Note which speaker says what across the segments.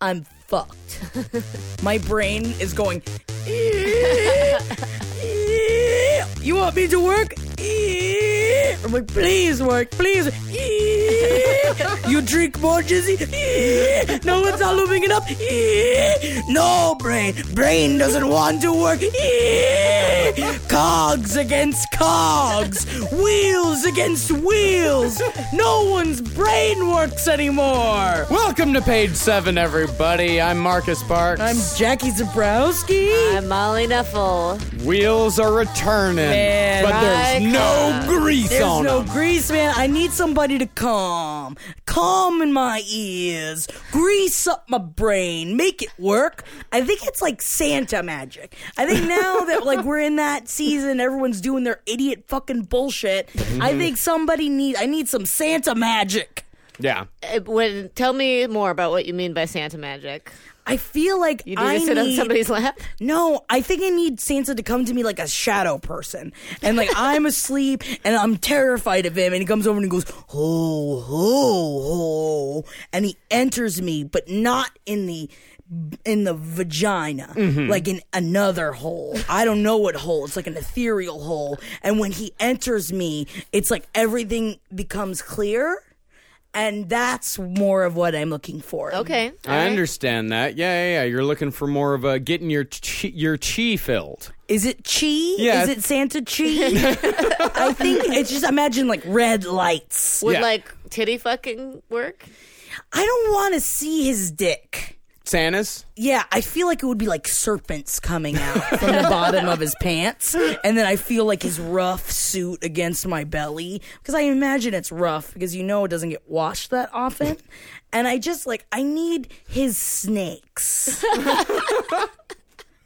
Speaker 1: I'm fucked. My brain is going. you want me to work? I'm like, please work, please. you drink more, Jizzy? no, it's not lubing it up. no, brain. Brain doesn't want to work. cogs against cogs. Wheels against wheels. No one's brain works anymore.
Speaker 2: Welcome to page seven, everybody. I'm Marcus Parks.
Speaker 1: I'm Jackie Zabrowski.
Speaker 3: I'm Molly Nuffle.
Speaker 2: Wheels are returning,
Speaker 1: Man,
Speaker 2: but there's
Speaker 1: my
Speaker 2: no grease
Speaker 1: There's
Speaker 2: on
Speaker 1: no
Speaker 2: them.
Speaker 1: grease, man. I need somebody to calm. Calm in my ears. Grease up my brain. Make it work. I think it's like Santa magic. I think now that like we're in that season, everyone's doing their idiot fucking bullshit.
Speaker 3: Mm-hmm.
Speaker 1: I think somebody needs I need some Santa magic.
Speaker 2: yeah,
Speaker 3: Uh, When, tell me more about what you mean by Santa magic.
Speaker 1: I feel like
Speaker 3: You need
Speaker 1: I
Speaker 3: to sit
Speaker 1: need
Speaker 3: on somebody's lap?
Speaker 1: No, I think I need Sansa to come to me like a shadow person. And like I'm asleep and I'm terrified of him and he comes over and he goes, ho, ho, ho. And he enters me, but not in the in the vagina, like in another hole. I don't know what hole. It's like an ethereal hole. And when he enters me, it's like everything becomes clear. And that's more of what I'm looking for.
Speaker 3: Okay.
Speaker 1: Uh-huh.
Speaker 3: all
Speaker 2: I
Speaker 3: right.
Speaker 2: understand that. Yeah, yeah, yeah. You're looking for more of a getting your chi, your chi filled.
Speaker 1: Is it chi?
Speaker 2: Yeah.
Speaker 1: Is it Santa chi? I think it's just imagine like red lights.
Speaker 3: Would
Speaker 2: Yeah.
Speaker 3: like titty fucking work?
Speaker 1: I don't want to see his dick.
Speaker 2: Santa's.
Speaker 1: Yeah, I feel like it would be like serpents coming out from the bottom of his pants. And then I feel like his rough suit against my belly. Because I imagine it's rough because you know it doesn't get washed that often. And I just like, I need his snakes.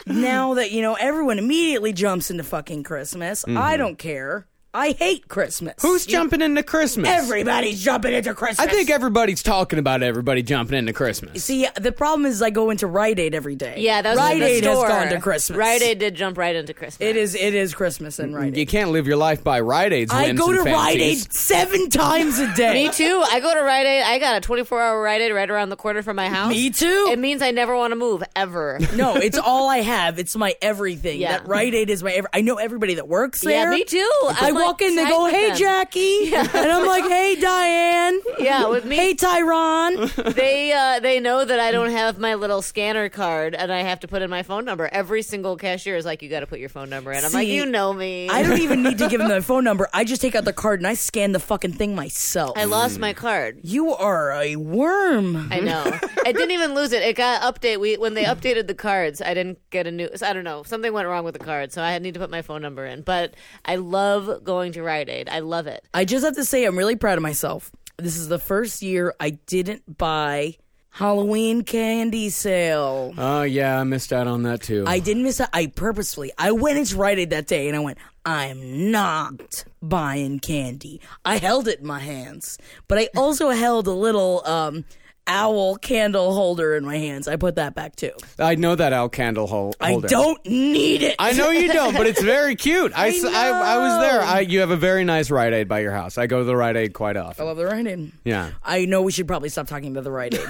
Speaker 1: now that, you know, everyone immediately jumps into fucking Christmas, I don't care. I hate Christmas.
Speaker 2: Mm-hmm. Who's jumping into Christmas?
Speaker 1: Everybody's jumping into
Speaker 2: I
Speaker 1: Christmas.
Speaker 2: think everybody's talking about everybody jumping into Christmas.
Speaker 1: See, the problem is I go into Rite Aid every day.
Speaker 3: Yeah, that was
Speaker 1: Rite
Speaker 3: in the
Speaker 1: Aid has
Speaker 3: store.
Speaker 1: gone to Christmas.
Speaker 3: Rite Aid did jump right into Christmas.
Speaker 1: It is. It is Christmas in Rite
Speaker 2: You
Speaker 1: Aid.
Speaker 2: can't live your life by Rite Aid's
Speaker 1: I
Speaker 2: whims
Speaker 1: go
Speaker 2: and
Speaker 1: to Rite Aid
Speaker 2: fancies.
Speaker 1: seven times a
Speaker 3: Me
Speaker 1: day.
Speaker 3: too. I go to Rite Aid. I got a 24 hour Rite Aid right around the corner from my house.
Speaker 1: Me too.
Speaker 3: It means I never want to move ever.
Speaker 1: no, it's all I have. It's my everything.
Speaker 3: Yeah.
Speaker 1: That Rite Aid is my. Every- I know everybody that works
Speaker 3: Yeah,
Speaker 1: there.
Speaker 3: me too.
Speaker 1: I
Speaker 3: I'm, like,
Speaker 1: walk in, they
Speaker 3: tight
Speaker 1: go,
Speaker 3: with
Speaker 1: "Hey,
Speaker 3: them."
Speaker 1: Jackie," and I'm like, "Hey, Diane."
Speaker 3: Yeah, with me.
Speaker 1: Hey, Tyron.
Speaker 3: They uh, they know that I don't have my little scanner card and I have to put in my phone number. Every single cashier is like, you got to put your phone number in. I'm like,
Speaker 1: See,
Speaker 3: you know me.
Speaker 1: I don't even need to give them their phone number. I just take out the card and I scan the fucking thing myself.
Speaker 3: I lost my card.
Speaker 1: you are a worm.
Speaker 3: I know. I didn't even lose it. It got update. We when they updated the cards, I didn't get a new. I don't know. Something went wrong with the card, so I had- need to put my phone number in. But I love going to Rite Aid. I love it.
Speaker 1: I just have to say, I'm really proud of myself. This is the first year I didn't buy Halloween candy sale.
Speaker 2: Oh yeah, I missed out on that too.
Speaker 1: I didn't miss it. I purposefully, I went into Rite Aid that day and I went, I'm not buying candy. I held it in my hands, but I also held a little um, owl candle holder in my hands. I put that back too.
Speaker 2: I know that Al Candle hol-
Speaker 1: I
Speaker 2: holder.
Speaker 1: don't need it.
Speaker 2: I know you don't, but it's very cute. I, s- I- I was there. I, you have a very nice Rite Aid by your house. I go to the Rite Aid quite often.
Speaker 1: I love the Rite Aid.
Speaker 2: Yeah.
Speaker 1: I know we should probably stop talking about the Rite Aid.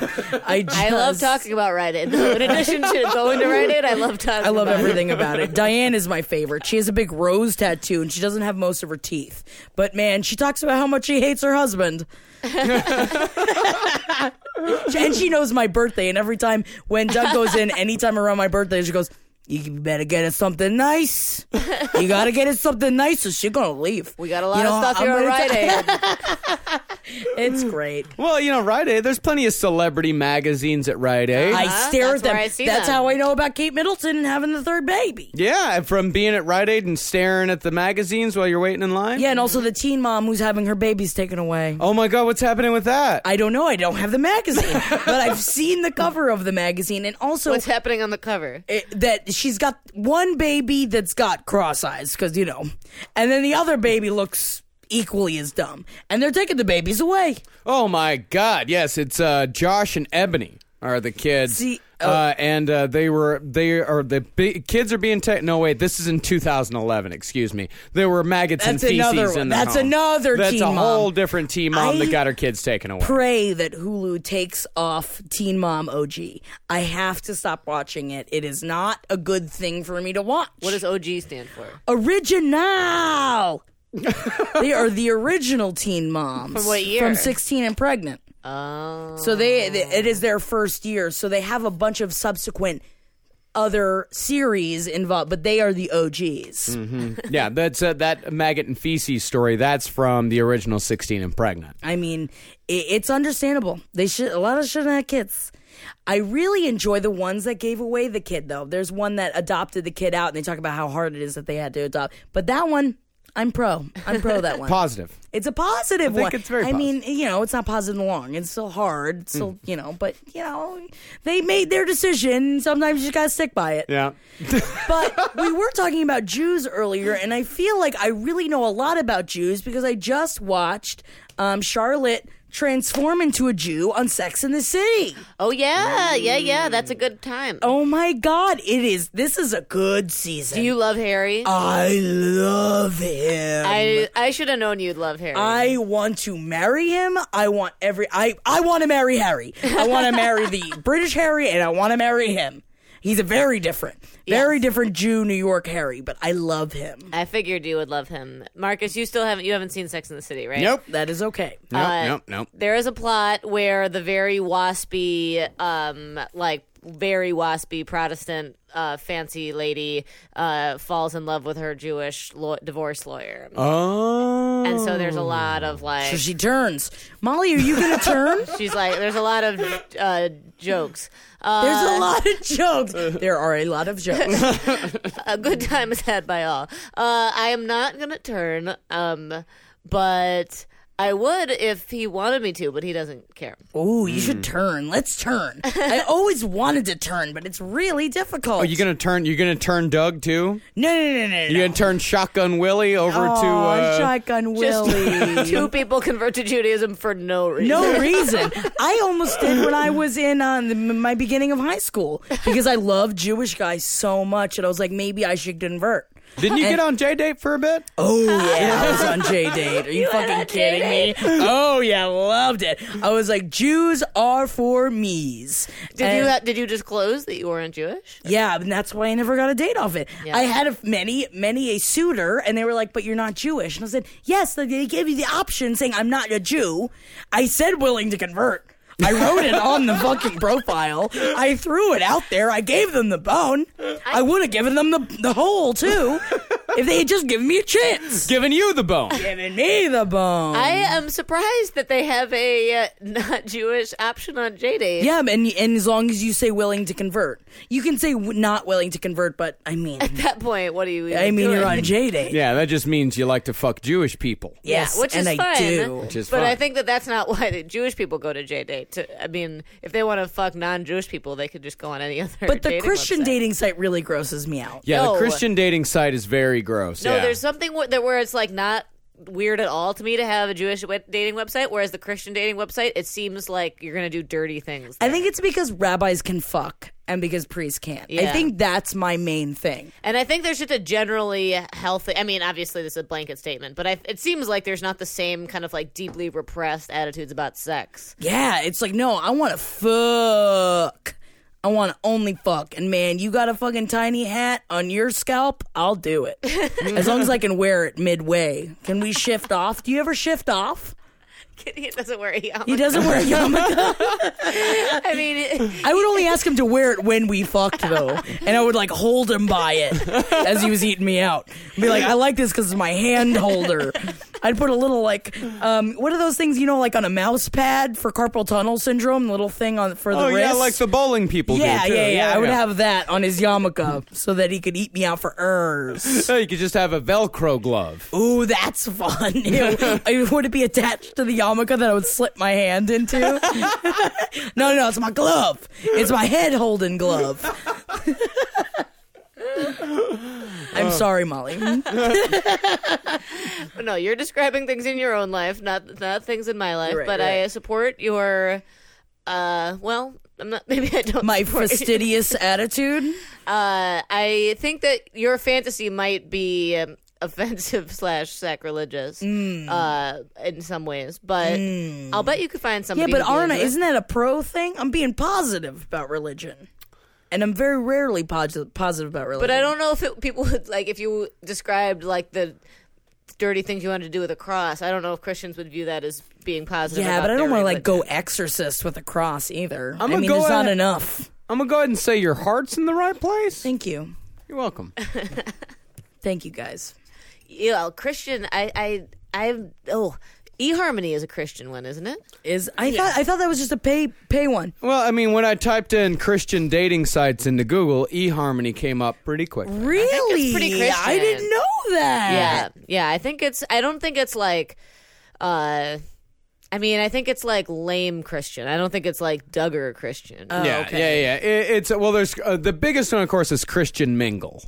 Speaker 1: I, just,
Speaker 3: I love talking about Rite Aid. Though. In addition to going to Rite Aid, I love talking.
Speaker 1: I love
Speaker 3: about it.
Speaker 1: everything about it. Diane is my favorite. She has a big rose tattoo and she doesn't have most of her teeth. But man, she talks about how much she hates her husband. and she knows my birthday. And every time when Doug goes in, anytime around my birthday, she goes, "You better get us something nice. You gotta get us something nice, or she's gonna leave."
Speaker 3: We got a lot
Speaker 1: You know,
Speaker 3: of stuff
Speaker 1: I'm
Speaker 3: here on
Speaker 1: gonna
Speaker 3: Rite
Speaker 1: tell-
Speaker 3: Aid.
Speaker 1: It's great.
Speaker 2: Well, you know, Rite Aid. There's plenty of celebrity magazines at Rite Aid.
Speaker 1: I stare
Speaker 3: That's
Speaker 1: at them.
Speaker 3: where I see
Speaker 1: That's
Speaker 3: them.
Speaker 1: how I know about Kate Middleton and having the third baby.
Speaker 2: yeah, and from being at Rite Aid and staring at the magazines while you're waiting in line.
Speaker 1: Yeah, and also the teen mom who's having her babies taken away.
Speaker 2: Oh my God, what's happening with that?
Speaker 1: I don't know. I don't have the magazine, but I've seen the cover of the magazine, and also
Speaker 3: What's happening on the cover?
Speaker 1: it- that she's got one baby that's got cross eyes because you know, and then the other baby looks equally as dumb, and they're taking the babies away.
Speaker 2: oh my God. Yes, it's uh, Josh and Ebony are the kids.
Speaker 1: See, oh.
Speaker 2: uh, and uh, they were they are the bi- kids are being taken. No, wait, this is in 2011. Excuse me. There were maggots
Speaker 1: That's
Speaker 2: and feces
Speaker 1: another one.
Speaker 2: in the
Speaker 1: That's
Speaker 2: home.
Speaker 1: another
Speaker 2: That's
Speaker 1: Teen
Speaker 2: a
Speaker 1: Mom.
Speaker 2: whole different team mom
Speaker 1: I
Speaker 2: that got her kids taken away.
Speaker 1: Pray that Hulu takes off Teen Mom OG. I have to stop watching it. It is not a good thing for me to watch.
Speaker 3: What does OG stand for?
Speaker 1: original? they are the original Teen Moms
Speaker 3: From what year?
Speaker 1: From 16 and pregnant.
Speaker 3: Oh.
Speaker 1: So they, th- it is their first year. So they have a bunch of subsequent other series involved, but they are the OGs.
Speaker 2: yeah, that's uh, that maggot and feces story. That's from the original 16 and Pregnant.
Speaker 1: I mean, i it's understandable. They should a lot of shouldn't have kids. I really enjoy the ones that gave away the kid though. There's one that adopted the kid out, and they talk about how hard it is that they had to adopt. But that one, I'm pro. I'm pro that one.
Speaker 2: Positive.
Speaker 1: It's a positive
Speaker 2: think
Speaker 1: one.
Speaker 2: it's very Mm.
Speaker 1: I mean, you know, it's not positive and long. It's still hard. It's still, you know, but you know, they made their decision. Sometimes you just gotta stick by it.
Speaker 2: Yeah.
Speaker 1: But we were talking about Jews earlier, and I feel like I really know a lot about Jews because I just watched um, Charlotte transform into a Jew on Sex in the City.
Speaker 3: Oh yeah, yeah, yeah. That's a good time.
Speaker 1: Oh my God! It is. This is a good season.
Speaker 3: Do you love Harry?
Speaker 1: I love him.
Speaker 3: I I should have known you'd love Harry.
Speaker 1: I want to marry him. I want every I I want to marry Harry. I want to marry the British Harry and I want to marry him. He's a very different, very different Jew New York Harry, but I love him.
Speaker 3: I figured you would love him, Marcus. You still haven't you haven't seen Sex in the City, right?
Speaker 2: Nope.
Speaker 1: That is okay.
Speaker 2: Nope.
Speaker 3: Uh,
Speaker 2: nope. Nope.
Speaker 3: There is a plot where the very waspy, um, like very waspy Protestant uh, fancy lady uh, falls in love with her Jewish law- divorce lawyer,
Speaker 2: Oh.
Speaker 3: and so there's a lot of like.
Speaker 1: So she turns. Molly, are you going to turn?
Speaker 3: She's like, there's a lot of uh, jokes.
Speaker 1: There's
Speaker 2: Uh.
Speaker 1: a lot of jokes. There are a lot of jokes.
Speaker 3: a good time is had by all. Uh, I am not gonna turn, um, but I would if he wanted me to, but he doesn't care.
Speaker 1: Ooh, you
Speaker 2: Hmm.
Speaker 1: should turn. Let's turn. I always wanted to turn, but it's really difficult.
Speaker 2: Are Oh, you gonna turn? You gonna turn Doug too?
Speaker 1: No, no, no, no. no.
Speaker 2: You gonna turn Shotgun Willie
Speaker 1: Oh,
Speaker 2: over to?
Speaker 1: Aw,
Speaker 2: Uh,
Speaker 1: shotgun Willie.
Speaker 3: Two people convert to Judaism for no reason.
Speaker 1: No reason. I almost did when I was in uh, the, my beginning of high school because I loved Jewish guys so much, and I was like, maybe I should convert.
Speaker 2: didn't you get on J date for a bit?
Speaker 1: Oh yeah, I was on J date. Are you, fucking kidding me? Oh yeah, loved it. I was like, Jews are for me's.
Speaker 3: Did
Speaker 1: And-
Speaker 3: you ha- did you disclose that you weren't Jewish?
Speaker 1: Yeah, and that's why I never got a date off it. I had a, many, many a suitor, and they were like, "But you're not Jewish." And I said, "Yes." They- They gave you the option, saying, "I'm not a Jew." I said, "Willing to convert." I wrote it on the fucking profile. I threw it out there. I gave them the bone. I, would have given them the the hole too, if they had just given me a chance.
Speaker 2: Giving you the bone.
Speaker 1: Giving me the bone.
Speaker 3: I
Speaker 2: Mm-hmm.
Speaker 3: am surprised that they have a uh, not Jewish option on J Day.
Speaker 1: yeah, and and as long as you say willing to convert, you can say w- not willing to convert. But I mean,
Speaker 3: At that point, what do you? even
Speaker 1: I mean,
Speaker 3: doing?
Speaker 1: you're on J date.
Speaker 2: Yeah, that just means you like to fuck Jewish people.
Speaker 1: Yes,
Speaker 3: yeah, which
Speaker 1: and
Speaker 3: is
Speaker 1: I
Speaker 3: fine.
Speaker 1: do. Which
Speaker 2: is
Speaker 3: but I
Speaker 2: fine.
Speaker 3: think that that's not why the Jewish people go to J Day. To I mean, if they want to fuck non-Jewish people, they could just go on any other.
Speaker 1: But the
Speaker 3: dating
Speaker 1: Christian
Speaker 3: website.
Speaker 1: dating site really grosses me out.
Speaker 2: Yeah,
Speaker 3: No.
Speaker 2: the Christian dating site is very gross.
Speaker 3: No,
Speaker 2: yeah.
Speaker 3: there's something where, that where it's like not weird at all to me to have a Jewish we- dating website, whereas the Christian dating website, it seems like you're gonna do dirty things.
Speaker 1: I think it's because rabbis can fuck and because priests can't. I
Speaker 3: Yeah.
Speaker 1: think that's my main thing.
Speaker 3: And I think there's just a generally healthy. I mean, obviously this is a blanket statement, but I, it seems like there's not the same kind of like deeply repressed attitudes about sex.
Speaker 1: Yeah, it's like, no, I want to fuck. I want to only fuck. And man, you got a fucking tiny hat on your scalp? I'll do it. as long as I can wear it midway. Can we shift off? Do you ever shift off?
Speaker 3: Kitty doesn't worry.
Speaker 1: He doesn't wear a yarmulke.
Speaker 3: I mean, it-
Speaker 1: I would only ask him to wear it when we fucked, though, and I would like hold him by it as he was eating me out. Be like, I like this because it's my hand holder. I'd put a little like, um, what are those things you know, like on a mouse pad for carpal tunnel syndrome, the little thing on for the
Speaker 2: oh
Speaker 1: wrist.
Speaker 2: yeah, like the bowling people
Speaker 1: yeah,
Speaker 2: do. too.
Speaker 1: yeah, yeah, I would have that on his yarmulke so that he could eat me out for hours.
Speaker 2: So you could just have a Velcro glove.
Speaker 1: Ooh, that's fun. Ew. I- would it be attached to the yarmulke that I would slip my hand into? no, no, it's my glove. It's my head holding glove. I'm sorry, Molly.
Speaker 3: no, you're describing things in your own life, not not things in my life.
Speaker 1: Right,
Speaker 3: but I
Speaker 1: right.
Speaker 3: support your. Uh, well, I'm not. Maybe I don't.
Speaker 1: My
Speaker 3: support you.
Speaker 1: fastidious attitude.
Speaker 3: Uh, I think that your fantasy might be um, offensive slash sacrilegious uh, in some ways, but I'll bet you could find
Speaker 1: Yeah,
Speaker 3: somebody.
Speaker 1: but
Speaker 3: who'd be
Speaker 1: Arna,
Speaker 3: into it.
Speaker 1: isn't that a pro thing? I'm being positive about religion. And I'm very rarely posi- positive about religion.
Speaker 3: But I don't know if it, people would like if you described like the dirty things you wanted to do with a cross. I don't know if Christians would view that as being positive.
Speaker 1: Yeah,
Speaker 3: about
Speaker 1: but I don't want
Speaker 3: their
Speaker 1: to like
Speaker 3: religion.
Speaker 1: go exorcist with a cross either. i
Speaker 2: I'm gonna
Speaker 1: mean,
Speaker 2: go
Speaker 1: there's not
Speaker 2: ahead-
Speaker 1: enough.
Speaker 2: I'm gonna go ahead and say your heart's in the right place.
Speaker 1: Thank you.
Speaker 2: You're welcome.
Speaker 1: Thank you guys.
Speaker 3: You know, Christian, I, I, I, oh, eHarmony is a Christian one, isn't it?
Speaker 1: Is I thought I thought that was just a pay pay one.
Speaker 2: Well, I mean, when I typed in Christian dating sites into Google, eHarmony came up pretty quick.
Speaker 1: Really?
Speaker 3: pretty
Speaker 1: I
Speaker 3: Christian.
Speaker 1: didn't know that.
Speaker 3: Yeah, yeah. I think it's. I don't think it's like. uh I mean, I think it's like lame Christian. I don't think it's like Duggar Christian.
Speaker 1: Oh,
Speaker 2: yeah, yeah, yeah. It, it's well, there's uh, the biggest one, of course, is Christian Mingle.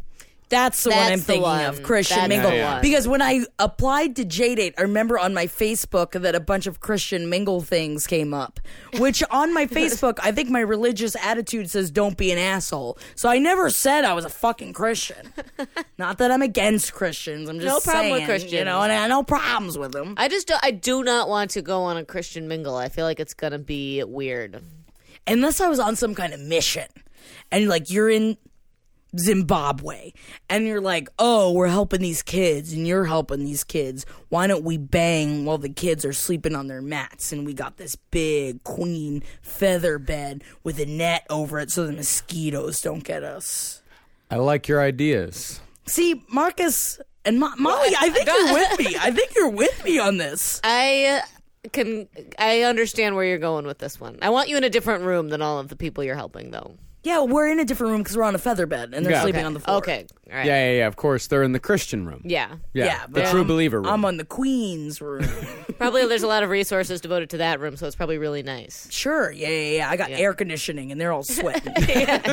Speaker 1: That's the one
Speaker 3: That's
Speaker 1: I'm
Speaker 3: the
Speaker 1: thinking
Speaker 3: one.
Speaker 1: of, Christian
Speaker 3: That's
Speaker 1: Mingle.
Speaker 3: the Yeah, yeah. one.
Speaker 1: Because when I applied to JDate, I remember on my Facebook that a bunch of Christian Mingle things came up. Which on my Facebook, I think my religious attitude says don't be an asshole. So I never said I was a fucking Christian. Not that I'm against Christians. I'm just
Speaker 3: No problem with
Speaker 1: saying, You
Speaker 3: Christians.
Speaker 1: know, and I have no problems with them.
Speaker 3: I just do, I do not want to go on a Christian mingle. I feel like it's gonna be weird.
Speaker 1: unless I was on some kind of mission and like you're in Zimbabwe and you're like, oh, we're helping these kids and you're helping these kids. Why don't we bang while the kids are sleeping on their mats? And we got this big queen feather bed with a net over it so the mosquitoes don't get us.
Speaker 2: I like your ideas.
Speaker 1: See, Marcus and Mo- Molly, I think you're with me. I think you're with me on this.
Speaker 3: I uh, can I understand where you're going with this one. I want you in a different room than all of the people you're helping though.
Speaker 1: Yeah, we're in a different room because we're on a feather bed and they're
Speaker 2: Yeah.
Speaker 1: sleeping
Speaker 2: Okay.
Speaker 1: on the floor.
Speaker 3: Okay. All right.
Speaker 2: Yeah, yeah, yeah. Of course, they're in the Christian room.
Speaker 3: Yeah.
Speaker 2: yeah,
Speaker 1: Yeah,
Speaker 2: the
Speaker 1: but
Speaker 2: true
Speaker 1: I'm-
Speaker 2: believer room.
Speaker 1: I'm on the queen's room.
Speaker 3: Probably there's a lot of resources devoted to that room, so it's probably really nice.
Speaker 1: Sure, yeah, yeah, yeah. I got air conditioning and they're all sweating.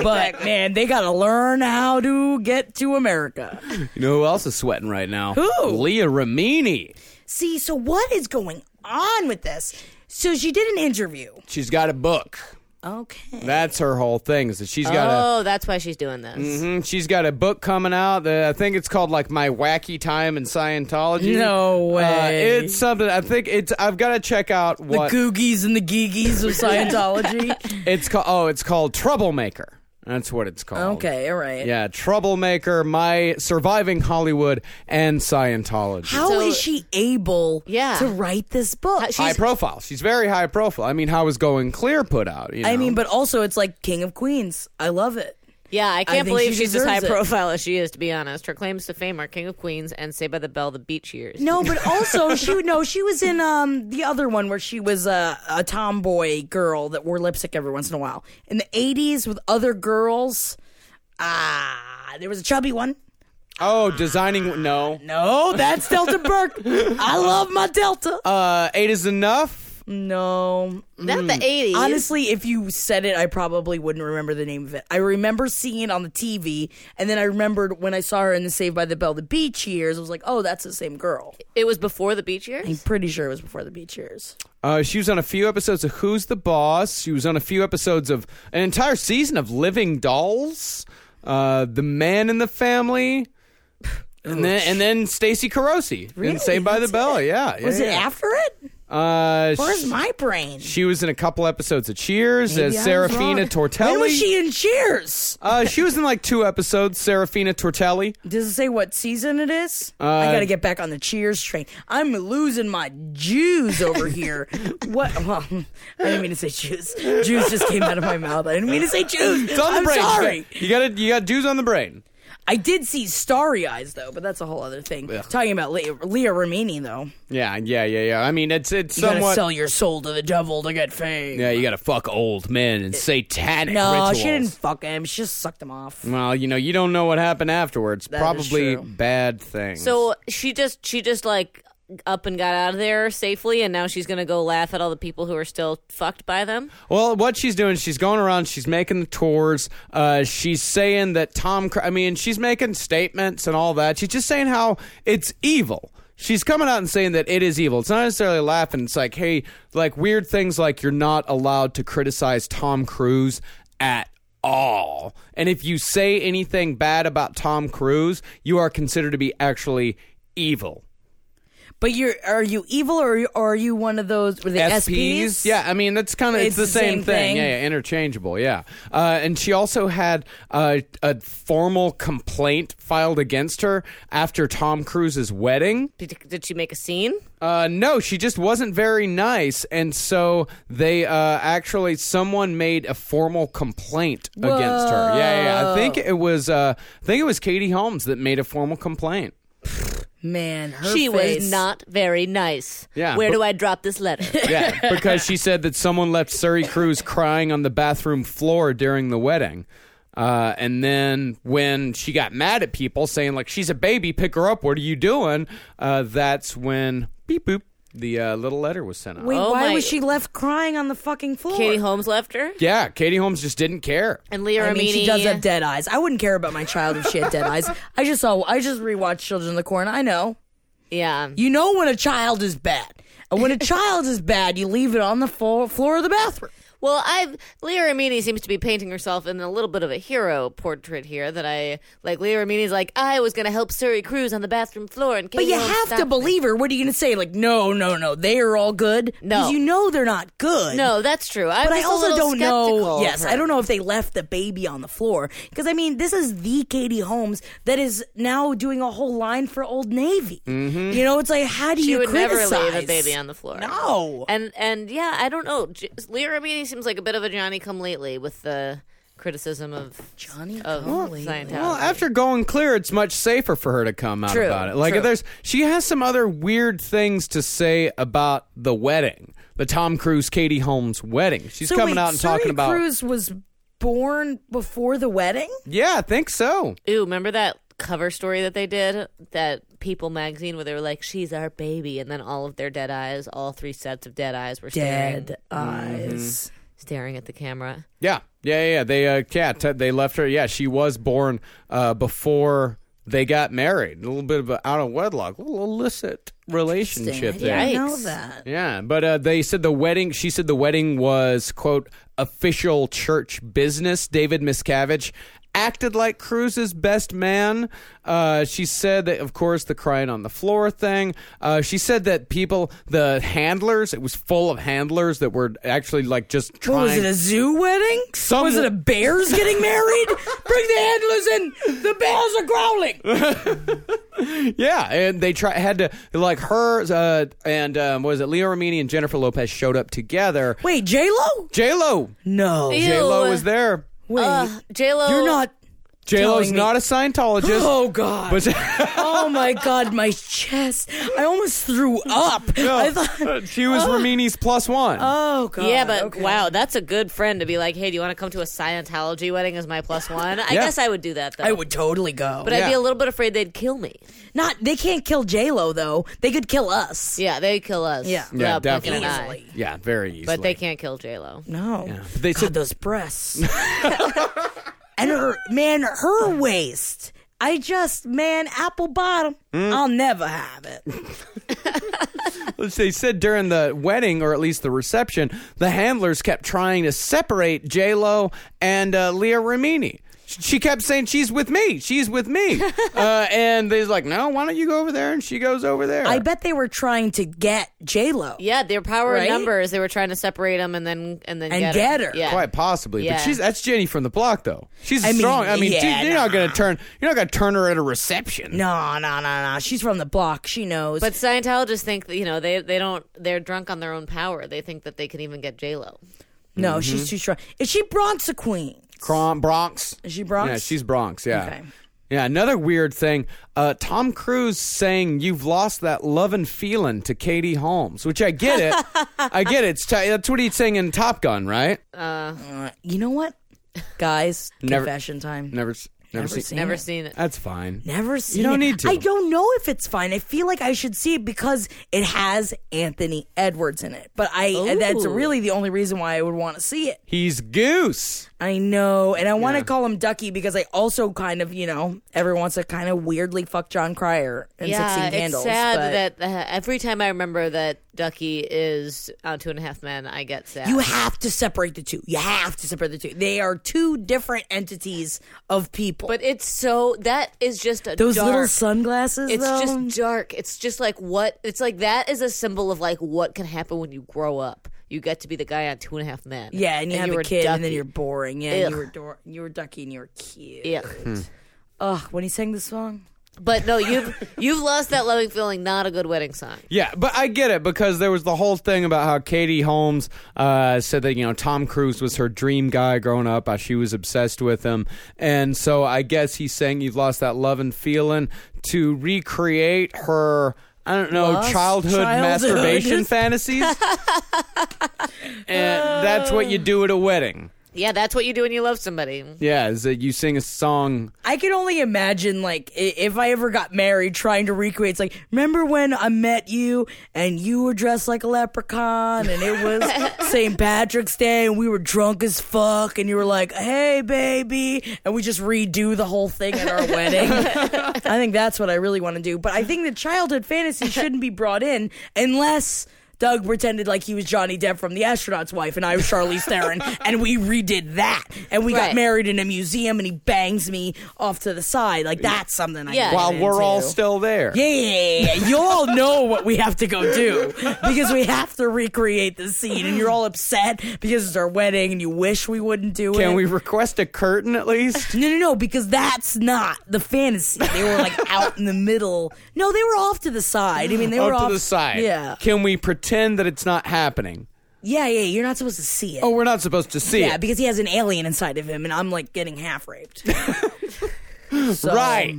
Speaker 1: But man, they gotta learn how to get to America.
Speaker 2: you know who else is sweating right now?
Speaker 1: Who?
Speaker 2: Leah Ramini.
Speaker 1: See, so what is going on with this? So she did an interview.
Speaker 2: She's got a book.
Speaker 1: Okay.
Speaker 2: That's her whole thing. Is that she's got a
Speaker 3: Oh, that's why she's doing this.
Speaker 1: Oh.
Speaker 2: Mhm, She's got a book coming out. That I think it's called like My Wacky Time in Scientology.
Speaker 1: No
Speaker 2: Uh,
Speaker 1: way.
Speaker 2: it's something. I think it's. I've got to check out
Speaker 1: The
Speaker 2: what
Speaker 1: googies and the geegies of Scientology.
Speaker 2: it's called. Oh, it's called Troublemaker. That's what it's called.
Speaker 1: okay, all right.
Speaker 2: Yeah, Troublemaker, My Surviving Hollywood, and Scientology.
Speaker 1: How is
Speaker 3: So-
Speaker 1: she able
Speaker 3: Yeah.
Speaker 1: to write this
Speaker 3: Uh,
Speaker 1: book?
Speaker 2: high profile. She's very high profile. I mean, how was Going Clear put out? You know?
Speaker 1: I mean, but also it's like King of Queens. I love it.
Speaker 3: Yeah, I can't
Speaker 1: think
Speaker 3: believe
Speaker 1: she
Speaker 3: she's as high
Speaker 1: deserves it.
Speaker 3: profile as she is, to be honest. Her claims to fame are King of Queens and Say by the Bell, the beach years.
Speaker 1: No, but also she no, she was in um the other one where she was a, a tomboy girl that wore lipstick every once in a while in the eighties with other girls. Ah, there was a chubby one.
Speaker 2: oh, designing. No,
Speaker 1: No, that's Delta Burke. I love my Delta. Um,
Speaker 2: uh, eight is enough.
Speaker 1: no,
Speaker 3: Not the 80s.
Speaker 1: honestly, if you said it, I probably wouldn't remember the name of it. I remember seeing it on the TV, and then I remembered when I saw her in the Saved by the Bell, the Beach years. I was like, oh, that's the same girl.
Speaker 3: It was before the beach
Speaker 1: I'm
Speaker 3: years?
Speaker 1: pretty sure it was before the Beach years.
Speaker 2: Uh, she was on a few episodes of Who's the Boss. She was on a few episodes of an entire season of Living Dolls, uh, The Man in the Family, and then and then Stacy Carosi in Saved by the Bell. Yeah, yeah,
Speaker 1: Was it
Speaker 2: yeah.
Speaker 1: after it?
Speaker 2: Uh,
Speaker 1: Where's my brain?
Speaker 2: she was in a couple episodes of Cheers
Speaker 1: Maybe I
Speaker 2: as
Speaker 1: was
Speaker 2: Serafina
Speaker 1: wrong. When
Speaker 2: Tortelli.
Speaker 1: was she in Cheers?
Speaker 2: uh, she was in like two episodes. Serafina Tortelli.
Speaker 1: Does it say what season it is?
Speaker 2: Uh,
Speaker 1: I got to get back on the Cheers train. I'm losing my Jews over here. what? Well, I didn't mean to say Jews. Jews just came out of my mouth. I didn't mean to say Jews.
Speaker 2: It's on the
Speaker 1: I'm
Speaker 2: brain.
Speaker 1: sorry.
Speaker 2: You got it. You got dudes on the brain.
Speaker 1: I did see Starry Eyes though, but that's a whole other thing. Talking about Leah, Leah Remini though,
Speaker 2: Yeah, yeah, yeah, yeah. I mean, it's it's
Speaker 1: you
Speaker 2: somewhat.
Speaker 1: gotta sell your soul to the devil to get fame.
Speaker 2: yeah, you got to fuck old men and satanic
Speaker 1: no,
Speaker 2: rituals.
Speaker 1: she didn't fuck him. She just sucked him off.
Speaker 2: Well, you know, you don't know what happened afterwards.
Speaker 1: That is
Speaker 2: Probably
Speaker 1: true.
Speaker 2: bad things.
Speaker 3: So she just she just like up and got out of there safely, and now she's gonna go laugh at all the people who are still fucked by them.
Speaker 2: Well, what she's doing, she's going around, she's making the tours. Uh, she's saying that Tom, Cru- I mean, she's making statements and all that. She's just saying how it's evil. She's coming out and saying that it is evil. It's not necessarily laughing. It's like, hey, like weird things like you're not allowed to criticize Tom Cruise at all. And if you say anything bad about Tom Cruise, you are considered to be actually evil.
Speaker 1: But you're are you evil or are you, or are you one of those were they SPs?
Speaker 2: Yeah, I mean that's kind of it's, the same, thing. Yeah, yeah, interchangeable. Yeah, uh, and she also had uh, a formal complaint filed against her after Tom Cruise's wedding.
Speaker 3: Did, did she make a scene?
Speaker 2: Uh, no, she just wasn't very nice, and so they uh, actually someone made a formal complaint against her. Yeah, yeah, yeah. I think it was uh, I think it was Katie Holmes that made a formal complaint.
Speaker 1: Man, her
Speaker 3: she
Speaker 1: face.
Speaker 3: was not very nice.
Speaker 2: Yeah,
Speaker 3: Where
Speaker 2: but-
Speaker 3: do I drop this letter?
Speaker 2: Yeah, because she said that someone left Surrey Cruz crying on the bathroom floor during the wedding. Uh, and then when she got mad at people saying like she's a baby, pick her up. What are you doing? Uh, that's when beep boop the uh, little letter was sent out.
Speaker 1: Wait,
Speaker 3: Oh
Speaker 1: why
Speaker 3: my-
Speaker 1: was she left crying on the fucking floor?
Speaker 3: Katie Holmes left her,
Speaker 2: Yeah, Katie Holmes just didn't care.
Speaker 3: and Leah
Speaker 1: I
Speaker 3: Remini.
Speaker 1: mean, she does have dead eyes. I wouldn't care about my child if she had dead eyes. I just saw. I just rewatched Children of the Corn. I know.
Speaker 3: yeah,
Speaker 1: You know when a child is bad, and when a child is bad, you leave it on the floor, floor of the bathroom.
Speaker 3: Well, I've Leah Remini seems to be painting herself in a little bit of a hero portrait here. That I like. Leah Remini's like, I was going to help Surrey Cruz on the bathroom floor, and
Speaker 1: But you have to believe her. What are you going to say? Like, no, no, no, they are all good.
Speaker 3: No.
Speaker 1: 'Cause you know they're not good.
Speaker 3: No, that's true. I'm
Speaker 1: but I
Speaker 3: just a
Speaker 1: also
Speaker 3: little
Speaker 1: don't
Speaker 3: skeptical
Speaker 1: know.
Speaker 3: of
Speaker 1: Yes,
Speaker 3: her.
Speaker 1: I don't know if they left the baby on the floor because I mean, this is the Katie Holmes that is now doing a whole line for Old Navy.
Speaker 2: Mm-hmm.
Speaker 1: You know, it's like how do
Speaker 3: She
Speaker 1: you
Speaker 3: would
Speaker 1: criticize?
Speaker 3: never leave a baby on the floor.
Speaker 1: No.
Speaker 3: and and yeah, I don't know. J- Leah Remini seems like a bit of a Johnny Come Lately with the criticism of
Speaker 1: Johnny
Speaker 3: of
Speaker 1: Come Lately.
Speaker 3: Scientology.
Speaker 2: Well, after going clear, it's much safer for her to come out
Speaker 1: True,
Speaker 2: about it. Like,
Speaker 1: true.
Speaker 2: there's she has some other weird things to say about the wedding, the Tom Cruise Katie Holmes wedding. She's
Speaker 1: So
Speaker 2: coming
Speaker 1: wait,
Speaker 2: out and
Speaker 1: Suri
Speaker 2: talking about.
Speaker 1: Cruz was born before the wedding.
Speaker 2: Yeah, I think so.
Speaker 3: Ooh, remember that cover story that they did that People magazine where they were like, "She's our baby," and then all of their dead eyes, all three sets of dead eyes, were staring,
Speaker 1: Dead
Speaker 2: Mm-hmm.
Speaker 1: eyes.
Speaker 3: staring at the camera.
Speaker 2: Yeah, yeah, yeah. yeah. They, uh, yeah, t- they left her. Yeah, she was born uh, before they got married. A little bit of an out of wedlock, little illicit relationship there.
Speaker 1: I know
Speaker 3: Yikes.
Speaker 1: that.
Speaker 2: Yeah, but uh, they said the wedding. She said the wedding was quote official church business. David Miscavige acted like Cruz's best man. Uh, she said that, of course, the crying on the floor thing. Uh, she said that people, the handlers, it was full of handlers that were actually like just trying.
Speaker 1: What was it? A zoo wedding?
Speaker 2: Some-
Speaker 1: was it a bears getting married? Bring the handlers in. The bears are growling.
Speaker 2: Yeah, and they try had to like her uh, and um, what was it Leo Romini and Jennifer Lopez showed up together.
Speaker 1: Wait, J Lo?
Speaker 2: J Lo,
Speaker 1: No.
Speaker 3: Ew.
Speaker 2: J Lo was there.
Speaker 1: Wait,
Speaker 3: J Lo,
Speaker 1: you're not.
Speaker 2: J Lo's
Speaker 1: Telling me-
Speaker 2: not a Scientologist.
Speaker 1: Oh God.
Speaker 2: But
Speaker 1: oh my God, my chest. I almost threw up. I thought.
Speaker 2: she was Ramini's plus one.
Speaker 1: Oh God.
Speaker 3: Yeah, but
Speaker 1: okay.
Speaker 3: wow, that's a good friend to be like, hey, do you want to come to a Scientology wedding as my plus one? I guess I would do that though.
Speaker 1: I would totally go.
Speaker 3: But I'd be
Speaker 2: Yeah.
Speaker 3: a little bit afraid they'd kill me.
Speaker 1: not. They can't kill J Lo though. They could kill us.
Speaker 3: Yeah, they kill us.
Speaker 1: Yeah. Yeah,
Speaker 3: without blinking an eye.
Speaker 1: Easily.
Speaker 2: yeah, very easily.
Speaker 3: But they can't kill J Lo.
Speaker 1: No.
Speaker 2: They
Speaker 1: God,
Speaker 2: said-
Speaker 1: those breasts. and her man, her waist. I just man, apple bottom.
Speaker 2: Mm.
Speaker 1: I'll never have it.
Speaker 2: They said during the wedding, or at least the reception, the handlers kept trying to separate J Lo and uh, Leah Ramini. she kept saying she's with me, she's with me, uh, and they's like, no, why don't you go over there? And she goes over there.
Speaker 1: I bet they were trying to get J Lo.
Speaker 3: Yeah, their power
Speaker 1: Right?
Speaker 3: numbers. They were trying to separate them and then and then
Speaker 1: And
Speaker 3: get,
Speaker 1: get
Speaker 3: her.
Speaker 1: her.
Speaker 3: Yeah.
Speaker 2: Quite possibly,
Speaker 3: Yeah.
Speaker 2: but she's that's Jenny from the block, though. She's
Speaker 1: I mean,
Speaker 2: strong. I mean,
Speaker 1: yeah,
Speaker 2: dude, you're not
Speaker 1: nah.
Speaker 2: gonna turn. You're not gonna turn her at a reception.
Speaker 1: No, no, no, no. She's from the block. She knows.
Speaker 3: But Scientologists think that you know they they don't they're drunk on their own power. They think that they can even get J Lo.
Speaker 1: no,
Speaker 2: Mm-hmm.
Speaker 1: she's too strong. Is she Bronx a queen?
Speaker 2: Crom- Bronx.
Speaker 1: Is she Bronx?
Speaker 2: Yeah, she's Bronx. Yeah.
Speaker 1: Okay.
Speaker 2: Yeah, another weird thing. Uh, Tom Cruise saying "You've lost that lovin' feeling" to Katie Holmes, which I get it. I get it. It's t- that's what he's saying in Top Gun, right?
Speaker 1: Uh, You know what, guys?
Speaker 2: Never-
Speaker 1: confession time.
Speaker 2: Never, s- never,
Speaker 1: Never
Speaker 2: seen.
Speaker 1: seen
Speaker 3: Never
Speaker 1: it.
Speaker 3: seen it.
Speaker 2: That's fine.
Speaker 1: Never seen.
Speaker 2: You don't
Speaker 1: it.
Speaker 2: need to.
Speaker 1: I don't know if it's fine. I feel like I should see it because it has Anthony Edwards in it. But I that's
Speaker 2: Oh.
Speaker 3: Ooh.
Speaker 1: really the only reason why I would want to see it.
Speaker 2: He's Goose.
Speaker 1: I know, and I want to call him Ducky because I also kind of you know everyone wants to kind of weirdly fuck John Cryer in
Speaker 3: yeah,
Speaker 1: Sixteen Candles.
Speaker 3: it's sad
Speaker 1: but
Speaker 3: that uh, every time I remember that Ducky is on Two and a Half Men, I get sad.
Speaker 1: you have to separate the two. You have to separate the two. They are two different entities of people.
Speaker 3: but it's so that is just a
Speaker 1: those
Speaker 3: dark,
Speaker 1: little sunglasses,
Speaker 3: It's
Speaker 1: though.
Speaker 3: just dark. It's just like what it's like. That is a symbol of like what can happen when you grow up. You get to be the guy on Two and a Half Men.
Speaker 1: Yeah, and you have
Speaker 3: you're
Speaker 1: a kid, and then
Speaker 3: ducky.
Speaker 1: you're boring. Yeah, and you
Speaker 3: Ugh.
Speaker 1: were dor- you were ducky, and you were cute.
Speaker 3: Ugh.
Speaker 1: Ugh, when he sang the song,
Speaker 3: But no, you've you've lost that loving feeling. Not a good wedding song.
Speaker 2: Yeah, but I get it because there was the whole thing about how Katie Holmes uh, said that you know Tom Cruise was her dream guy growing up, how she was obsessed with him, and so I guess he's saying you've lost that love and feeling to recreate her. I don't know
Speaker 1: Lost
Speaker 2: childhood,
Speaker 1: childhood.
Speaker 2: masturbation fantasies, and that's what you do at a wedding.
Speaker 3: Yeah, that's what you do when you love somebody.
Speaker 2: Yeah, is that you sing a song?
Speaker 1: I can only imagine like i- if I ever got married, trying to recreate. It's like remember when I met you and you were dressed like a leprechaun, and it was St. Patrick's Day, and we were drunk as fuck, and you were like, "Hey, baby," and we just redo the whole thing at our wedding. I think that's what I really want to do, but I think the childhood fantasy shouldn't be brought in unless. Doug pretended like he was Johnny Depp from The Astronaut's Wife, and I was Charlize Theron, and we redid that, and we got
Speaker 3: Right.
Speaker 1: married in a museum, and he bangs me off to the side. Like that's something. I
Speaker 3: Yeah.
Speaker 1: can get
Speaker 2: While Uh, we're all
Speaker 1: into.
Speaker 2: still there.
Speaker 1: Yeah, yeah, yeah, yeah. you all know what we have to go do because we have to recreate the scene, and you're all upset because it's our wedding, and you wish we wouldn't do it.
Speaker 2: Can we request a curtain at least?
Speaker 1: No, no, no, because that's not the fantasy. They were like out in the middle. No, they were off to the side. I mean, they
Speaker 2: Up
Speaker 1: were
Speaker 2: to
Speaker 1: off
Speaker 2: the side.
Speaker 1: Yeah,
Speaker 2: Can we pretend that it's not happening?
Speaker 1: yeah, yeah. You're not supposed to see it.
Speaker 2: Oh, we're not supposed to see
Speaker 1: yeah,
Speaker 2: it.
Speaker 1: because he has an alien inside of him, and I'm like getting half raped. so,
Speaker 2: right.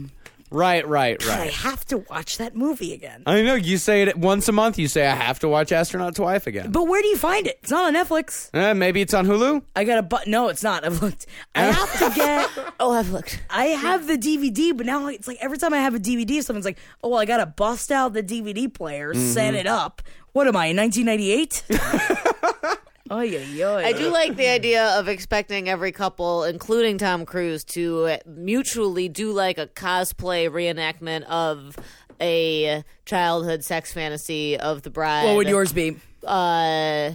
Speaker 2: Right, right,
Speaker 1: I
Speaker 2: right.
Speaker 1: have to watch that movie again.
Speaker 2: I know you say it once a month. You say I have to watch Astronaut's Wife again.
Speaker 1: But where do you find it? It's not on Netflix.
Speaker 2: Eh, maybe it's on Hulu.
Speaker 1: I got a but. No, it's not. I've looked. I have to get.
Speaker 3: Oh, I've looked.
Speaker 1: I have the DVD, but now it's like every time I have a DVD, someone's like, "Oh, well, I gotta bust out the DVD player, set it up." What am I in 1998? Oh yeah,
Speaker 3: I do like the idea of expecting every couple, including Tom Cruise, to mutually do like a cosplay reenactment of a childhood sex fantasy of the bride.
Speaker 1: What would yours be?
Speaker 3: Uh,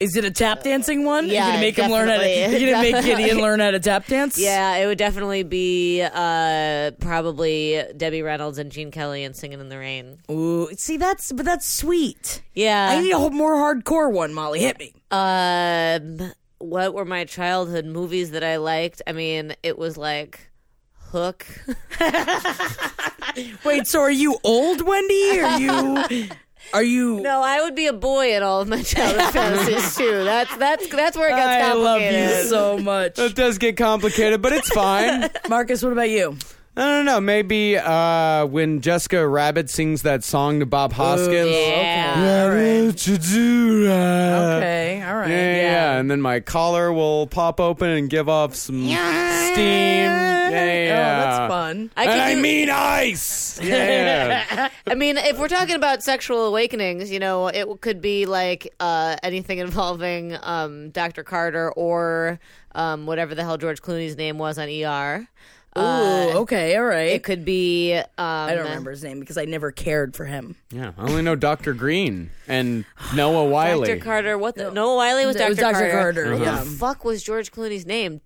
Speaker 1: Is it a tap dancing one?
Speaker 3: yeah,
Speaker 1: you're gonna make him learn how to.
Speaker 3: definitely.
Speaker 1: You're gonna make Gideon learn how to tap dance.
Speaker 3: yeah, it would definitely be uh, probably Debbie Reynolds and Gene Kelly and Singing in the Rain.
Speaker 1: Ooh, see, that's but that's sweet.
Speaker 3: Yeah.
Speaker 1: I need a whole more hardcore one. Molly, hit me.
Speaker 3: Um, what were my childhood movies that I liked? I mean, it was like Hook.
Speaker 1: Wait, so are you old, Wendy? Are you? Are you?
Speaker 3: No, I would be a boy in all of my childhood fantasies too. That's that's that's where it gets
Speaker 1: I love
Speaker 3: complicated.
Speaker 1: you so much,
Speaker 2: It does get complicated, but it's fine.
Speaker 1: Marcus. What about you?
Speaker 2: I don't know. Maybe uh, when Jessica Rabbit sings that song to Bob Hoskins.
Speaker 3: Yeah.
Speaker 2: What would you do that?
Speaker 1: Okay, all right.
Speaker 2: Yeah, yeah, yeah, and then my collar will pop open and give off some steam. Yeah,
Speaker 1: Oh,
Speaker 2: yeah.
Speaker 1: that's fun.
Speaker 3: I could
Speaker 2: and I
Speaker 3: do-
Speaker 2: mean ice. Yeah.
Speaker 3: I mean, if we're talking about sexual awakenings, you know, it could be like uh, anything involving um, Dr. Carter or um, whatever the hell George Clooney's name was on ER. Uh,
Speaker 1: Ooh, okay, all right.
Speaker 3: it could be. Um,
Speaker 1: I don't remember his name because I never cared for him.
Speaker 2: yeah, I only know Dr. Green and Noah Wiley.
Speaker 3: Dr. Carter. What the? No, Wiley was
Speaker 1: It
Speaker 3: Dr.
Speaker 1: was Dr.
Speaker 3: Carter.
Speaker 1: Carter,
Speaker 3: What
Speaker 1: yeah.
Speaker 3: the fuck was George Clooney's name?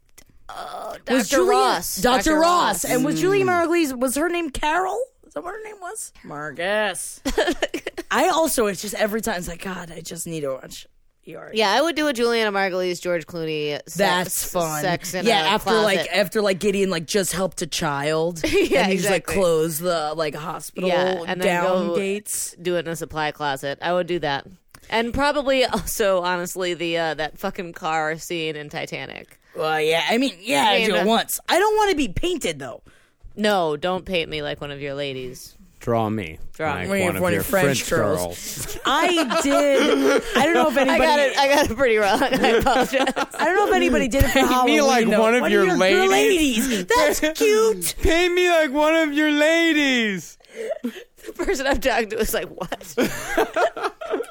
Speaker 1: was
Speaker 3: Dr.
Speaker 1: Julia-
Speaker 3: Uh, Ross.
Speaker 1: Dr.
Speaker 3: Dr.
Speaker 1: Ross. Mm.
Speaker 3: Ross.
Speaker 1: And was Julia
Speaker 2: Mm.
Speaker 1: Margulies, was her name Carol? Is that what her name was? Margus. I also, it's just every time, it's like, God, I just need to watch ER.
Speaker 3: Yeah, I would do a Juliana Margulies, George Clooney. Sex,
Speaker 1: That's fun.
Speaker 3: Sex in
Speaker 1: yeah,
Speaker 3: a
Speaker 1: after
Speaker 3: closet.
Speaker 1: like after like Gideon like just helped a child.
Speaker 3: Yeah,
Speaker 1: and he's like
Speaker 3: exactly.
Speaker 1: close the like hospital
Speaker 3: Yeah, and then
Speaker 1: down
Speaker 3: go-
Speaker 1: gates.
Speaker 3: do it in a supply closet. I would do that, and probably also honestly the uh, that fucking car scene in Titanic.
Speaker 1: Well, yeah, I mean, yeah, I
Speaker 3: mean,
Speaker 1: do it
Speaker 3: uh,
Speaker 1: once. I don't want to be painted though.
Speaker 3: No, don't paint me like one of your ladies.
Speaker 2: Draw me.
Speaker 3: Draw
Speaker 2: like
Speaker 1: me.
Speaker 2: One of your French, girls.
Speaker 1: I did. I don't know if anybody.
Speaker 3: I got it. I got it pretty wrong. I apologize.
Speaker 1: I don't know if anybody did it for Halloween.
Speaker 2: me like
Speaker 1: though.
Speaker 2: one of your
Speaker 1: good
Speaker 2: ladies.
Speaker 1: ladies. That's cute.
Speaker 2: Paint me like one of your ladies.
Speaker 3: the person I'm talking to is like, what?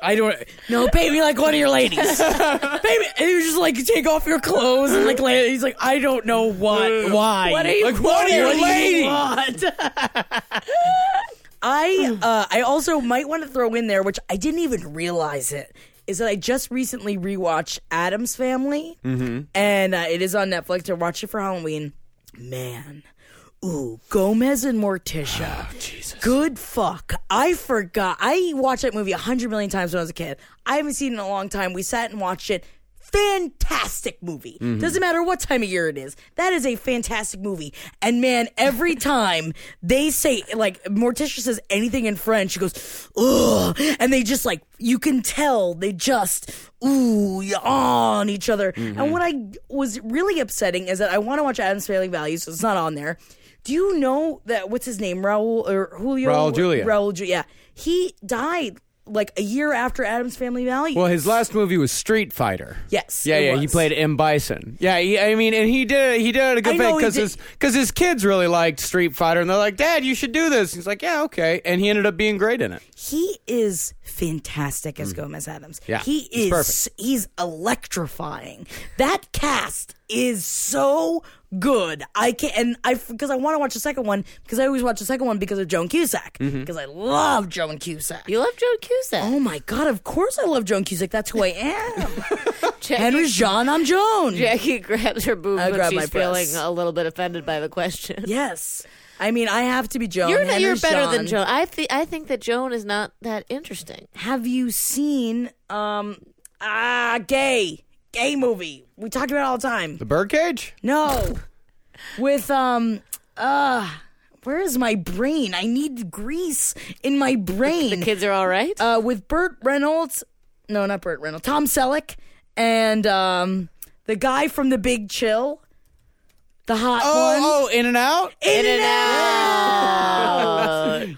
Speaker 1: I don't. No, pay me like one of your ladies. pay me. And he was just like, take off your clothes and like, lay- he's like, I don't know what, why. What are you?
Speaker 2: Like one of your ladies.
Speaker 1: I uh, I also might want to throw in there, which I didn't even realize it, is that I just recently rewatched Adam's Family, and uh, it is on Netflix. I watched it for Halloween. Man, ooh, Gomez and Morticia. Good fuck. I forgot. I watched that movie a hundred million times when I was a kid. I haven't seen it in a long time. We sat and watched it. Fantastic movie. Doesn't matter what time of year it is. That is a fantastic movie. And man, every time they say like Morticia says anything in French, she goes, ugh. And they just like you can tell they just ooh yeah, on each other.
Speaker 2: Mm-hmm.
Speaker 1: And what I was really upsetting is that I want to watch Adam's Family Values, so it's not on there. Do you know that what's his name, Raul or Julio?
Speaker 2: Raul Julia.
Speaker 1: Raul Julia. Yeah. He died like a year after Adam's Family Values.
Speaker 2: Well, his last movie was Street Fighter.
Speaker 1: Yes,
Speaker 2: Yeah,
Speaker 1: it
Speaker 2: yeah. He
Speaker 1: was.
Speaker 2: played M Bison. Yeah, he, I mean, and he did. He did it a
Speaker 1: I
Speaker 2: good
Speaker 1: know
Speaker 2: thing
Speaker 1: he
Speaker 2: because
Speaker 1: did-
Speaker 2: his because his kids really liked Street Fighter, and they're like, "Dad, you should do this." He's like, "Yeah, okay," and he ended up being great in it.
Speaker 1: he is fantastic
Speaker 3: Hmm.
Speaker 1: as Gomez Adams.
Speaker 2: Yeah,
Speaker 1: he
Speaker 2: he's
Speaker 1: is.
Speaker 2: perfect.
Speaker 1: He's electrifying. That cast is so good. I can not and I because I want to watch the second one because I always watch the second one because of Joan Cusack
Speaker 3: Mm-hmm.
Speaker 1: because I love Joan Cusack.
Speaker 3: You love Joe Cusack.
Speaker 1: Oh my god! Of course I love Joan Cusack. That's who I am.
Speaker 3: Jackie,
Speaker 1: Henry's Jean. I'm Joan.
Speaker 3: Jackie grabbed her boob,
Speaker 1: I
Speaker 3: but
Speaker 1: grabbed my
Speaker 3: she's feeling
Speaker 1: breasts.
Speaker 3: a little bit offended by the question.
Speaker 1: Yes. I mean, I have to be Joan.
Speaker 3: You're, not, you're
Speaker 1: Henry's
Speaker 3: better
Speaker 1: Jean.
Speaker 3: than Joan. I, th- I think that Joan is not that interesting.
Speaker 1: have you seen um ah gay gay movie we talk about it all the time
Speaker 2: The Birdcage.
Speaker 1: no with um uh where is my brain i need grease in my brain
Speaker 3: Kids are all right.
Speaker 1: uh with burt reynolds no not burt reynolds tom selleck and um the guy from the big chill the hot one.
Speaker 2: Oh, oh, In and Out.
Speaker 1: In and
Speaker 3: out.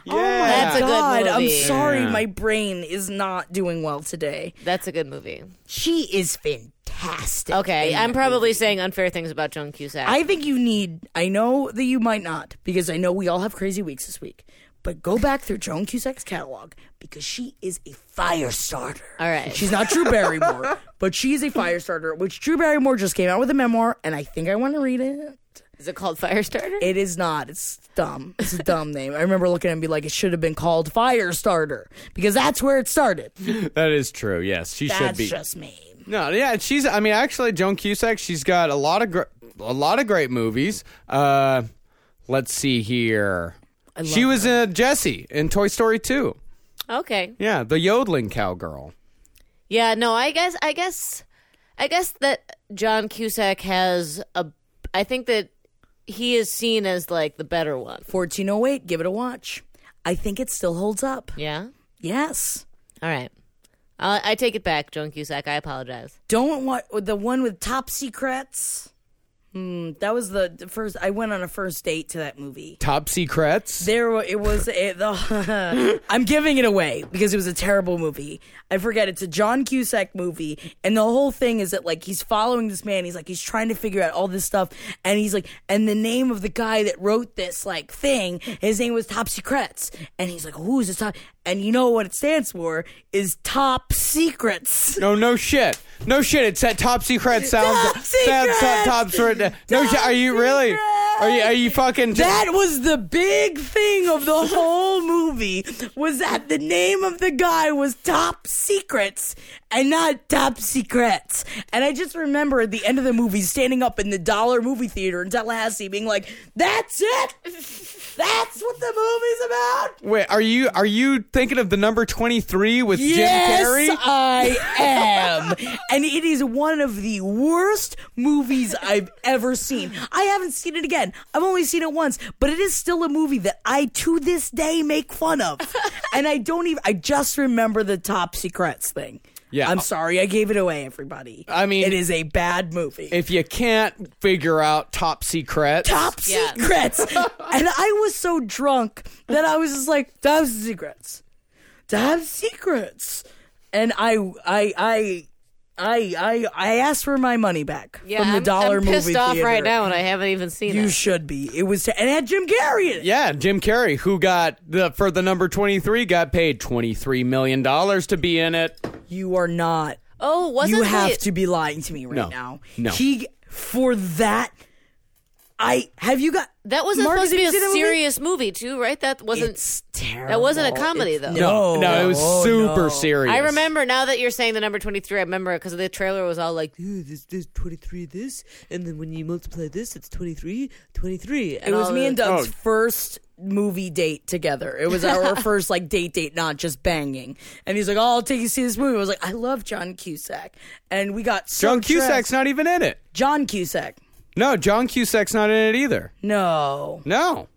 Speaker 2: Yeah,
Speaker 3: That's a good
Speaker 1: Oh God, I'm
Speaker 3: movie.
Speaker 1: sorry,
Speaker 2: Yeah.
Speaker 1: my brain is not doing well today.
Speaker 3: That's a good movie.
Speaker 1: She is fantastic.
Speaker 3: Okay,
Speaker 1: in
Speaker 3: I'm
Speaker 1: that
Speaker 3: probably saying unfair things about Joan Cusack.
Speaker 1: I think you need. I know that you might not because I know we all have crazy weeks this week. But go back through Joan Cusack's catalog because she is a fire starter.
Speaker 3: All right.
Speaker 1: she's not Drew Barrymore, but she is a fire starter. Which Drew Barrymore just came out with a memoir, and I think I want to read it.
Speaker 3: is it called Firestarter?
Speaker 1: It is not. It's dumb. It's a dumb name. I remember looking at it and be like, it should have been called Firestarter because that's where it started.
Speaker 2: That is true. Yes, she should
Speaker 1: That's
Speaker 2: be.
Speaker 1: just me.
Speaker 2: No, yeah, she's. I mean, actually, Joan Cusack. She's got a lot of gr- a lot of great movies. Uh, let's see here. She was in Jessie in Toy Story Two.
Speaker 3: okay.
Speaker 2: Yeah, the yodeling cowgirl.
Speaker 3: Yeah, no, I guess I guess I guess that John Cusack has a I think that he is seen as like the better one.
Speaker 1: 1408. Give it a watch. I think it still holds up.
Speaker 3: Yeah?
Speaker 1: Yes.
Speaker 3: All right. I I take it back, Joan Cusack. I apologize.
Speaker 1: Don't want the one with top secrets. Hmm, that was the, the first. I went on a first date to that movie.
Speaker 2: Top Secrets.
Speaker 1: There wa- it was. A, the, I'm giving it away because it was a terrible movie. I forget. It's a John Cusack movie, and the whole thing is that like he's following this man. He's like he's trying to figure out all this stuff, and he's like, and the name of the guy that wrote this like thing, his name was Top Secrets, and he's like, who's this top? And you know what it stands for is Top Secrets.
Speaker 2: No, no shit. No shit. It's that Top Secret sounds.
Speaker 1: Top
Speaker 2: sounds-
Speaker 1: Secret!
Speaker 2: top secret. No
Speaker 1: Top
Speaker 2: shit. Are you really?
Speaker 1: Secret!
Speaker 2: Are you? Are you fucking? Just,
Speaker 1: That was the big thing of the whole movie was that the name of the guy was Top Secrets, and not top secrets. And I just remember at the end of the movie standing up in the dollar movie theater in Tallahassee being like, that's it. That's what the movie's about.
Speaker 2: Wait, are you are you thinking of the number twenty three with Jim Carrey?
Speaker 1: Yes, I am. and it is one of the worst movies I've ever seen. I haven't seen it again. I've only seen it once, but it is still a movie that I to this day make fun of. and I don't even I just remember the top secrets thing.
Speaker 2: Yeah.
Speaker 1: I'm sorry I gave it away everybody.
Speaker 2: I mean-
Speaker 1: it is a bad movie.
Speaker 2: if you can't figure out top secrets,
Speaker 1: top
Speaker 3: Yeah.
Speaker 1: secrets. and I was so drunk that I was just like, top secrets. Top secrets. And I I I I I I asked for my money back
Speaker 3: Yeah,
Speaker 1: from the
Speaker 3: I'm,
Speaker 1: dollar
Speaker 3: I'm
Speaker 1: movie
Speaker 3: pissed off
Speaker 1: theater.
Speaker 3: right now, and I haven't even seen
Speaker 1: You
Speaker 3: it.
Speaker 1: should be. It was and it had Jim Carrey in it.
Speaker 2: yeah, Jim Carrey, who got the for the number twenty three, got paid twenty three million dollars to be in it.
Speaker 1: You are not.
Speaker 3: oh, wasn't
Speaker 1: you have
Speaker 3: it-
Speaker 1: to be lying to me right
Speaker 2: No.
Speaker 1: now.
Speaker 2: No.
Speaker 1: He for that. I have you got
Speaker 3: That wasn't
Speaker 1: Mark,
Speaker 3: supposed to
Speaker 1: have
Speaker 3: be
Speaker 1: you
Speaker 3: a
Speaker 1: seen that movie?
Speaker 3: serious movie? too, right? That wasn't.
Speaker 1: It's terrible.
Speaker 3: that wasn't a comedy,
Speaker 1: It's-
Speaker 3: though.
Speaker 1: No,
Speaker 2: no, it was
Speaker 1: Oh,
Speaker 2: super
Speaker 1: no.
Speaker 2: serious.
Speaker 3: I remember now that you're saying the number 23. I remember because the trailer was all like,
Speaker 4: Ooh, this, this 23 this and then when you multiply this it's 23 23
Speaker 1: It
Speaker 4: and
Speaker 1: was
Speaker 4: all
Speaker 1: me
Speaker 4: the-
Speaker 1: and
Speaker 2: Oh.
Speaker 1: Doug's first movie date together. It was our first like date date, not just banging. And he's like, "Oh, I'll take you to see this movie." I was like, "I love John Cusack," and we got so
Speaker 2: John
Speaker 1: dressed-
Speaker 2: Cusack's not even in it.
Speaker 1: John Cusack.
Speaker 2: No, John Cusack's not in it either.
Speaker 1: No,
Speaker 2: No.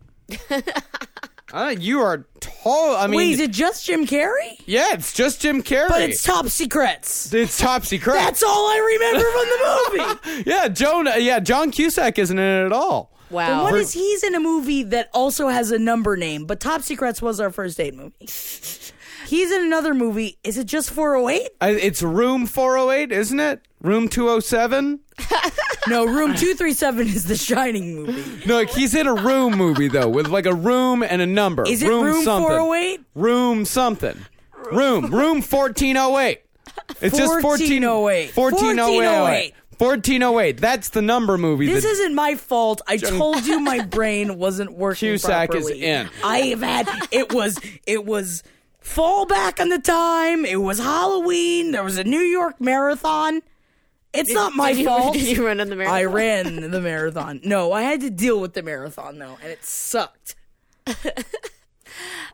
Speaker 2: uh, you are tall. I mean,
Speaker 1: wait, is it just Jim Carrey?
Speaker 2: yeah, it's just Jim Carrey.
Speaker 1: But it's top secrets.
Speaker 2: It's top secret.
Speaker 1: That's all I remember from the movie.
Speaker 2: yeah, Jonah. Yeah, John Cusack isn't in it at all.
Speaker 3: wow.
Speaker 1: And what is he's in a movie that also has a number name? But Top Secrets was our first date movie. He's in another movie. Is it just 408?
Speaker 2: I, it's Room 408, isn't it? Room 207.
Speaker 1: No, Room 237 is the Shining movie.
Speaker 2: No, like, he's in a room movie though, with like a room and a number.
Speaker 1: Is it Room
Speaker 2: something.
Speaker 1: 408?
Speaker 2: Room something. Room. Room 1408. It's just oh 14,
Speaker 1: 1408.
Speaker 2: 1408. 1408. That's the number movie.
Speaker 1: This
Speaker 2: that-
Speaker 1: isn't my fault. I told you my brain wasn't working
Speaker 2: Cusack is
Speaker 1: properly.
Speaker 2: in.
Speaker 1: I have had it was it was fall back on the time. It was Halloween. There was a New York marathon. It's not my
Speaker 3: did you-
Speaker 1: fault.
Speaker 3: did you run in the marathon?
Speaker 1: I ran the marathon. No, I had to deal with the marathon though, and it sucked.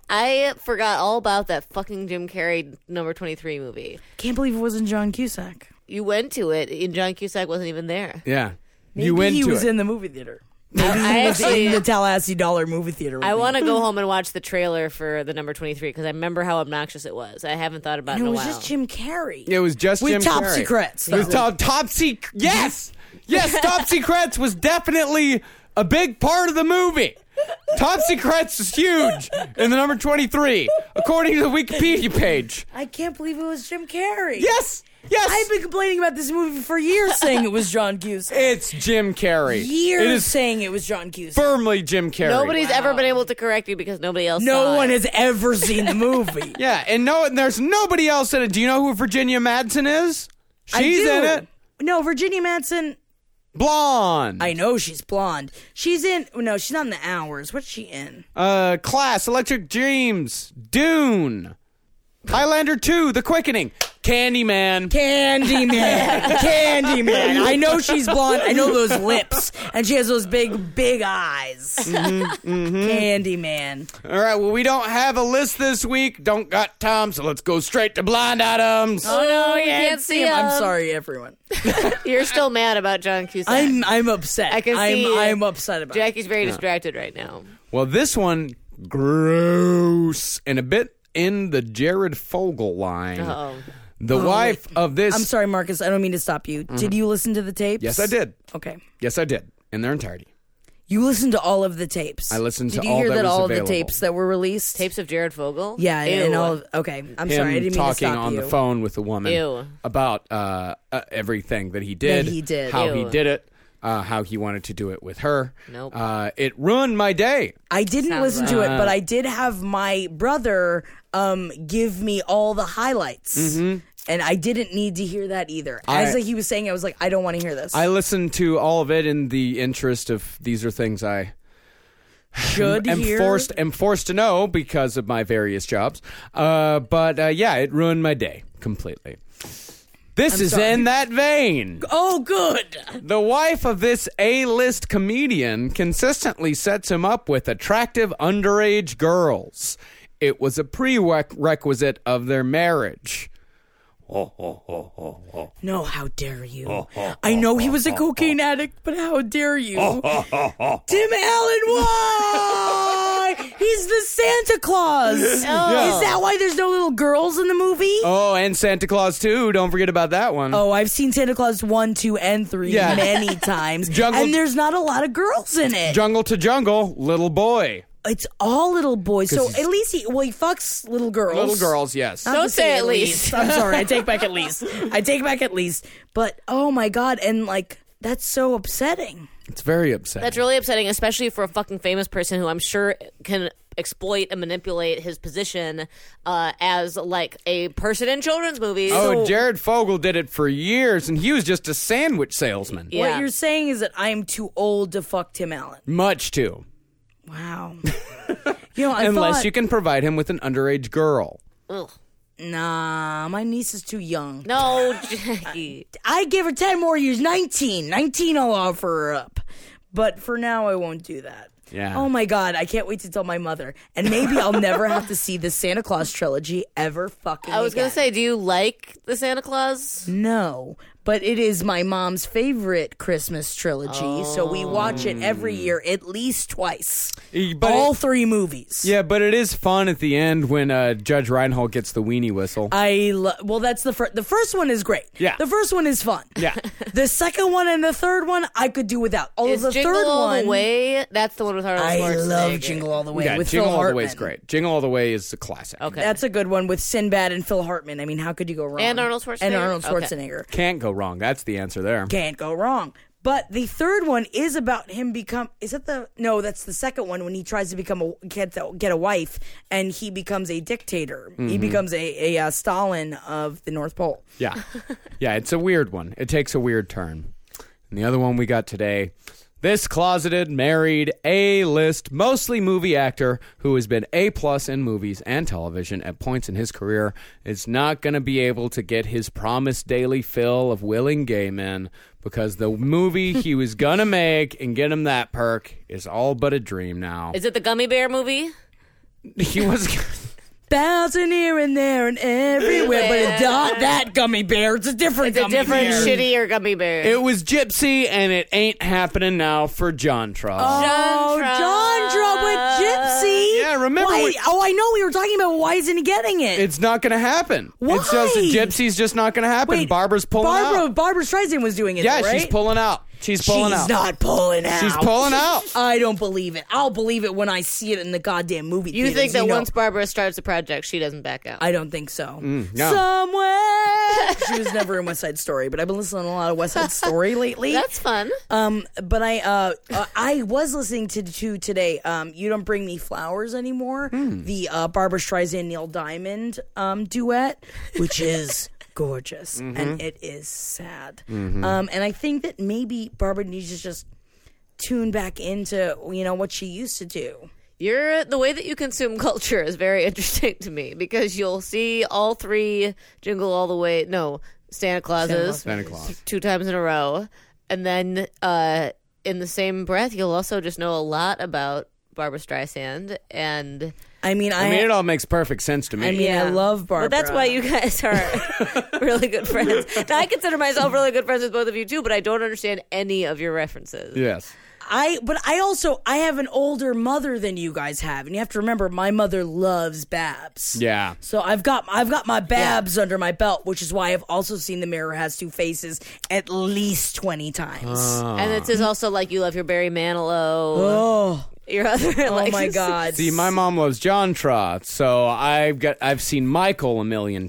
Speaker 3: I forgot all about that fucking Jim Carrey number 23 movie.
Speaker 1: Can't believe it wasn't John Cusack.
Speaker 3: You went to it, and John Cusack wasn't even there.
Speaker 2: Yeah.
Speaker 1: Maybe
Speaker 2: you went
Speaker 1: he
Speaker 2: to
Speaker 1: was
Speaker 2: it.
Speaker 1: in the movie theater.
Speaker 3: I, I
Speaker 1: He was in
Speaker 3: actually.
Speaker 1: the Tallahassee Dollar movie theater. with
Speaker 3: I
Speaker 1: me.
Speaker 3: want to go home and watch the trailer for the number 23 because I remember how obnoxious it was. I haven't thought about it
Speaker 1: And
Speaker 3: in
Speaker 1: it
Speaker 3: a
Speaker 1: was
Speaker 3: while.
Speaker 1: just Jim Carrey.
Speaker 2: It was just
Speaker 1: with
Speaker 2: Jim
Speaker 1: top
Speaker 2: Carrey.
Speaker 1: secrets.
Speaker 2: It was
Speaker 1: though.
Speaker 2: top top secret. Yes, yes. top secrets was definitely a big part of the movie. Top secrets is huge in the number twenty three, according to the Wikipedia page.
Speaker 1: I can't believe it was Jim Carrey.
Speaker 2: Yes, yes.
Speaker 1: I've been complaining about this movie for years, saying it was John Cusack.
Speaker 2: it's Jim Carrey.
Speaker 1: Years
Speaker 2: It is
Speaker 1: saying it was John Cusack.
Speaker 2: firmly Jim Carrey.
Speaker 3: Nobody's ever been able to correct you because nobody else.
Speaker 1: no
Speaker 3: saw
Speaker 1: one
Speaker 3: it.
Speaker 1: has ever seen the movie.
Speaker 2: Yeah, and no, and there's nobody else in it. Do you know who Virginia Madsen is? She's in it.
Speaker 1: No, Virginia Madsen.
Speaker 2: Blonde.
Speaker 1: I know she's blonde. She's in. No, she's not in the hours. What's she in?
Speaker 2: Uh, Class, Electric Dreams, Dune, Highlander 2, The Quickening, Candyman.
Speaker 1: Candyman. Candyman. I know she's blonde. I know those lips, and she has those big, big eyes.
Speaker 2: Mm-hmm,
Speaker 1: Candyman.
Speaker 2: All right, well, we don't have a list this week. Don't got time, so let's go straight to blind items.
Speaker 1: Oh,
Speaker 3: Oh, no, you can't see him.
Speaker 2: um,
Speaker 1: I'm sorry, everyone.
Speaker 3: You're still mad about John Cusack.
Speaker 1: I'm I'm upset.
Speaker 3: I can
Speaker 1: am
Speaker 3: see it.
Speaker 1: I'm upset about. it.
Speaker 3: Jackie's very distracted right now.
Speaker 2: Well, this one, gross, and a bit in the Jared Fogle line.
Speaker 3: Oh,
Speaker 2: The wife of this.
Speaker 1: I'm sorry, Marcus. I don't mean to stop you. Did you listen to the tapes?
Speaker 2: Mm-hmm. Yes, I did.
Speaker 1: Okay.
Speaker 2: Yes, I did. In their entirety.
Speaker 1: You listened to all of the tapes.
Speaker 2: I listened
Speaker 1: did
Speaker 2: to
Speaker 1: you
Speaker 2: all
Speaker 1: hear
Speaker 2: that
Speaker 1: that
Speaker 2: was
Speaker 1: all of
Speaker 2: available.
Speaker 1: the tapes that were released?
Speaker 3: tapes of Jared Fogle.
Speaker 1: Yeah,
Speaker 3: Ew.
Speaker 1: and all of. Okay, I'm
Speaker 2: Him
Speaker 1: sorry. I didn't mean to
Speaker 2: talking
Speaker 1: stop
Speaker 2: on
Speaker 1: you.
Speaker 2: the phone with the woman
Speaker 3: Ew.
Speaker 2: about uh, uh, everything that he did,
Speaker 1: That he did.
Speaker 2: how he
Speaker 3: Ew.
Speaker 2: did it, uh, how he wanted to do it with her.
Speaker 3: Nope.
Speaker 2: Uh, it ruined my day.
Speaker 1: I didn't listen to it, but I did have my brother um, give me all the highlights, and I didn't need to hear that either. As
Speaker 2: Mm-hmm. I-
Speaker 1: he was saying, I was like, I don't want to hear this.
Speaker 2: I listened to all of it in the interest of these are things I
Speaker 1: should
Speaker 2: am
Speaker 1: hear.
Speaker 2: forced am forced to know because of my various jobs. Uh, but uh, yeah, it ruined my day completely. This is in that vein.
Speaker 1: Oh, good.
Speaker 2: The wife of this A list comedian consistently sets him up with attractive underage girls. It was a prerequisite of their marriage.
Speaker 1: No, how dare you?
Speaker 2: Oh,
Speaker 1: I know he was a cocaine addict, but how dare you?
Speaker 2: Oh,
Speaker 1: Tim Allen, why? He's the Santa Claus. Is that why there's no little girls in the movie?
Speaker 2: Oh, and Santa Claus, too. Don't forget about that one.
Speaker 1: Oh, I've seen Santa Claus 1, 2, and 3
Speaker 2: Yeah.
Speaker 1: many times.
Speaker 2: Jungle-
Speaker 1: and there's not a lot of girls in it.
Speaker 2: Jungle to jungle, little boy.
Speaker 1: it's all little boys. So at least he, well, he fucks little girls.
Speaker 2: Little girls, yes.
Speaker 1: I'm
Speaker 3: Don't
Speaker 1: just
Speaker 3: say
Speaker 1: saying
Speaker 3: at least.
Speaker 1: I'm sorry. I take back at least. I take back at least. But oh my god, and like that's so upsetting.
Speaker 2: It's very upsetting.
Speaker 3: That's really upsetting, especially for a fucking famous person who I'm sure can exploit and manipulate his position uh, as like a person in children's movies.
Speaker 2: Oh, Jared Fogle did it for years, and he was just a sandwich salesman.
Speaker 3: Yeah.
Speaker 1: What you're saying is that I am too old to fuck Tim Allen.
Speaker 2: Much too.
Speaker 1: Wow. you know, I
Speaker 2: Unless
Speaker 1: thought,
Speaker 2: you can provide him with an underage girl.
Speaker 3: Ugh.
Speaker 1: Nah, my niece is too young.
Speaker 3: No, Jackie.
Speaker 1: I give her 10 more years, 19. 19 I'll offer her up. But for now, I won't do that.
Speaker 2: Yeah.
Speaker 1: Oh my God, I can't wait to tell my mother. And maybe I'll never have to see the Santa Claus trilogy ever fucking
Speaker 3: I was
Speaker 1: going
Speaker 3: gonna say, do you like the Santa Claus?
Speaker 1: No, but it is my mom's favorite Christmas trilogy. So we watch it every year at least twice.
Speaker 2: Eh, Oh. but
Speaker 1: All
Speaker 2: it-
Speaker 1: three movies.
Speaker 2: yeah, but it is fun at the end when uh, Judge Reinhold gets the weenie whistle.
Speaker 1: I lo- well, that's the first. The first one is great.
Speaker 2: Yeah.
Speaker 1: the first one is fun.
Speaker 2: Yeah.
Speaker 1: the second one and the third one I could do without. Although
Speaker 3: Is
Speaker 1: the
Speaker 3: Jingle
Speaker 1: third
Speaker 3: All
Speaker 1: one,
Speaker 3: the Way? That's the one with Arnold
Speaker 1: I
Speaker 3: Schwarzenegger.
Speaker 1: love Jingle All the Way
Speaker 2: yeah,
Speaker 1: with
Speaker 2: Jingle
Speaker 1: Phil
Speaker 2: All
Speaker 1: Hartman.
Speaker 2: the Way is great. Jingle All the Way is a classic.
Speaker 3: Okay.
Speaker 1: That's a good one with Sinbad and Phil Hartman. I mean, how could you go wrong?
Speaker 3: And Arnold
Speaker 1: And
Speaker 3: Schwarzenegger?
Speaker 1: Arnold
Speaker 3: Okay.
Speaker 1: Schwarzenegger.
Speaker 2: Can't go wrong. That's the answer there.
Speaker 1: Can't go wrong. But the third one is about him become. Is that the no? That's the second one when he tries to become a get the, get a wife and he becomes a dictator.
Speaker 2: Mm-hmm.
Speaker 1: He becomes a, a uh, Stalin of the North Pole.
Speaker 2: Yeah. yeah, it's a weird one. It takes a weird turn. And the other one we got today this closeted, married, A list, mostly movie actor who has been A plus in movies and television at points in his career is not going to be able to get his promised daily fill of willing gay men because the movie he was going to make and get him that perk is all but a dream now.
Speaker 3: Is it the Gummy Bear movie?
Speaker 2: he was.
Speaker 1: bouncing here and there and everywhere, but it's not that gummy bear. It's a different
Speaker 3: It's a
Speaker 1: gummy
Speaker 3: different
Speaker 1: bear.
Speaker 3: shittier Gummy Bear.
Speaker 2: It was Gypsy, and it ain't happening now for John Trump.
Speaker 1: Oh,
Speaker 3: John
Speaker 1: John Trump with Gypsy.
Speaker 2: Yeah, remember
Speaker 1: Why,
Speaker 2: we-
Speaker 1: oh, I know we were talking about why isn't he getting it?
Speaker 2: It's not going to happen. It's just
Speaker 1: Why?
Speaker 2: Gypsy's just not going to happen. Barbara's pulling
Speaker 1: Barbara,
Speaker 2: out.
Speaker 1: Barbara Streisand was doing it.
Speaker 2: Yeah,
Speaker 1: though, right?
Speaker 2: she's pulling out. She's pulling
Speaker 1: she's
Speaker 2: out.
Speaker 1: not pulling out.
Speaker 2: She's pulling out.
Speaker 1: I don't believe it. I'll believe it when I see it in the goddamn movie.
Speaker 3: you
Speaker 1: theaters,
Speaker 3: think that
Speaker 1: know.
Speaker 3: once Barbara starts the project, she doesn't back out?
Speaker 1: I don't think so.
Speaker 2: Mm, no.
Speaker 1: Somewhere she was never in West Side Story, but I've been listening to a lot of West Side Story lately.
Speaker 3: That's fun.
Speaker 1: Um, but I uh, uh, I was listening to to today. Um, you don't bring me flowers anymore.
Speaker 2: Hmm.
Speaker 1: The uh, Barbara Streisand Neil Diamond um, duet, which is gorgeous
Speaker 2: Mm-hmm.
Speaker 1: and it is sad. Um, and I think that maybe Barbara needs to just tune back into you know what she used to do.
Speaker 3: You're the way that you consume culture is very interesting to me because you'll see all three Jingle All the Way, no Santa Clauses,
Speaker 2: Santa Claus.
Speaker 3: two times in a row, and then uh, in the same breath, you'll also just know a lot about Barbara Streisand and
Speaker 1: I mean, I,
Speaker 2: I mean, it all makes perfect sense to me.
Speaker 1: I mean, I love Barbara.
Speaker 3: But that's why you guys are really good friends. Now, I consider myself really good friends with both of you too, but I don't understand any of your references.
Speaker 2: yes.
Speaker 1: I but I also I have an older mother than you guys have, and you have to remember my mother loves Babs.
Speaker 2: Yeah.
Speaker 1: So I've got I've got my Babs under my belt, which is why I've also seen The Mirror Has Two Faces at least twenty times.
Speaker 3: And this is also like you love your Barry Manilow,
Speaker 1: Uh-huh. oh,
Speaker 3: your other.
Speaker 1: oh my God!
Speaker 2: See, my mom loves John Trot, so I've got I've seen Michael a million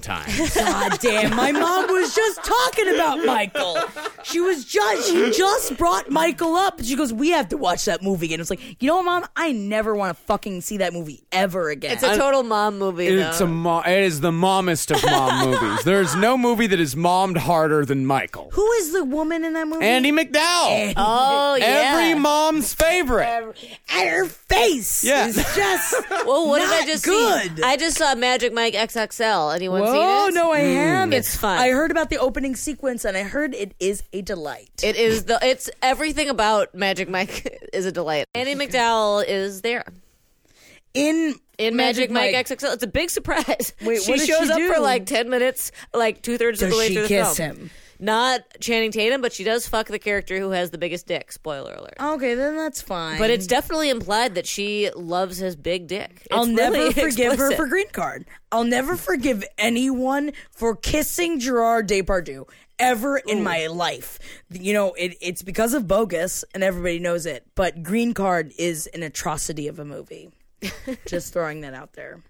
Speaker 2: times.
Speaker 1: God damn! My mom was just talking about Michael. She was just she just brought Michael up, and she goes, "We have to watch that movie." And it's like, you know what, mom? I never want to fucking see that movie ever again.
Speaker 3: It's a total mom movie. Though.
Speaker 2: it's a mo- it is the mommest of mom movies. There's no movie that is mommed harder than Michael.
Speaker 1: Who Eh, is the woman in that movie?
Speaker 2: Andy McDowell.
Speaker 3: oh yeah.
Speaker 2: Every mom's favorite.
Speaker 1: And entire face
Speaker 2: Yeah.
Speaker 1: is just
Speaker 3: Well, what
Speaker 1: Not
Speaker 3: did I just
Speaker 1: good.
Speaker 3: see? I just saw Magic Mike XXL. Anyone
Speaker 1: Oh
Speaker 3: seen it?
Speaker 1: no, I am.
Speaker 3: It's fun.
Speaker 1: I heard about the opening sequence, and I heard it is a delight.
Speaker 3: It is the it's everything about Magic Mike is a delight. Annie McDowell is there
Speaker 1: in
Speaker 3: in Magic, Mike, XXL. It's a big surprise.
Speaker 1: Wait,
Speaker 3: she
Speaker 1: what does
Speaker 3: shows
Speaker 1: she
Speaker 3: up for
Speaker 1: do?
Speaker 3: like ten minutes, like two thirds of
Speaker 1: Does
Speaker 3: the way
Speaker 1: she
Speaker 3: through the
Speaker 1: kiss
Speaker 3: film.
Speaker 1: him?
Speaker 3: Not Channing Tatum, but she does fuck the character who has the biggest dick. Spoiler alert.
Speaker 1: Okay, then that's fine.
Speaker 3: But it's definitely implied that she loves his big dick. It's
Speaker 1: I'll never
Speaker 3: really
Speaker 1: forgive her
Speaker 3: explicit.
Speaker 1: for green card. I'll never forgive anyone for kissing Gerard Depardieu ever in my life. You know, it, it's because of bogus, and everybody knows it. But green card is an atrocity of a movie. just throwing that out there.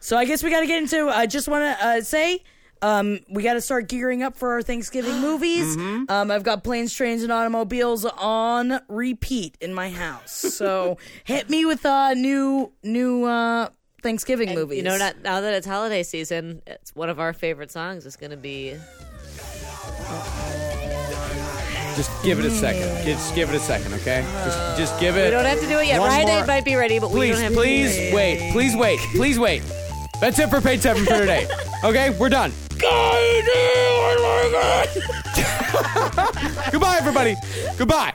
Speaker 1: So I guess we got to get into. I just want to uh, say. Um, we got to start gearing up for our Thanksgiving movies. Um, I've got planes, trains, and automobiles on repeat in my house. So hit me with uh, new new uh, Thanksgiving movies.
Speaker 3: You know, not, now that it's holiday season, it's one of our favorite songs is going to be
Speaker 2: Just give it a second. Just give it a second, okay? Just, just give it.
Speaker 3: We don't have to do it yet.
Speaker 2: one
Speaker 3: Ryan
Speaker 2: more-
Speaker 3: Aid might be ready, but we
Speaker 2: please,
Speaker 3: don't have
Speaker 2: please
Speaker 3: to. do it.
Speaker 2: wait. Please wait. Please wait. That's it for page seven for today. Okay, we're done. Goodbye, everybody. Goodbye.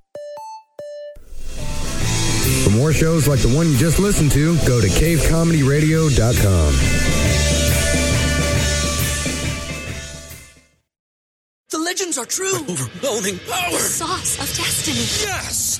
Speaker 5: For more shows like the one you just listened to, go to cavecomedyradio.com.
Speaker 6: The legends are true. overwhelming power.
Speaker 7: Sauce of destiny.
Speaker 6: Yes!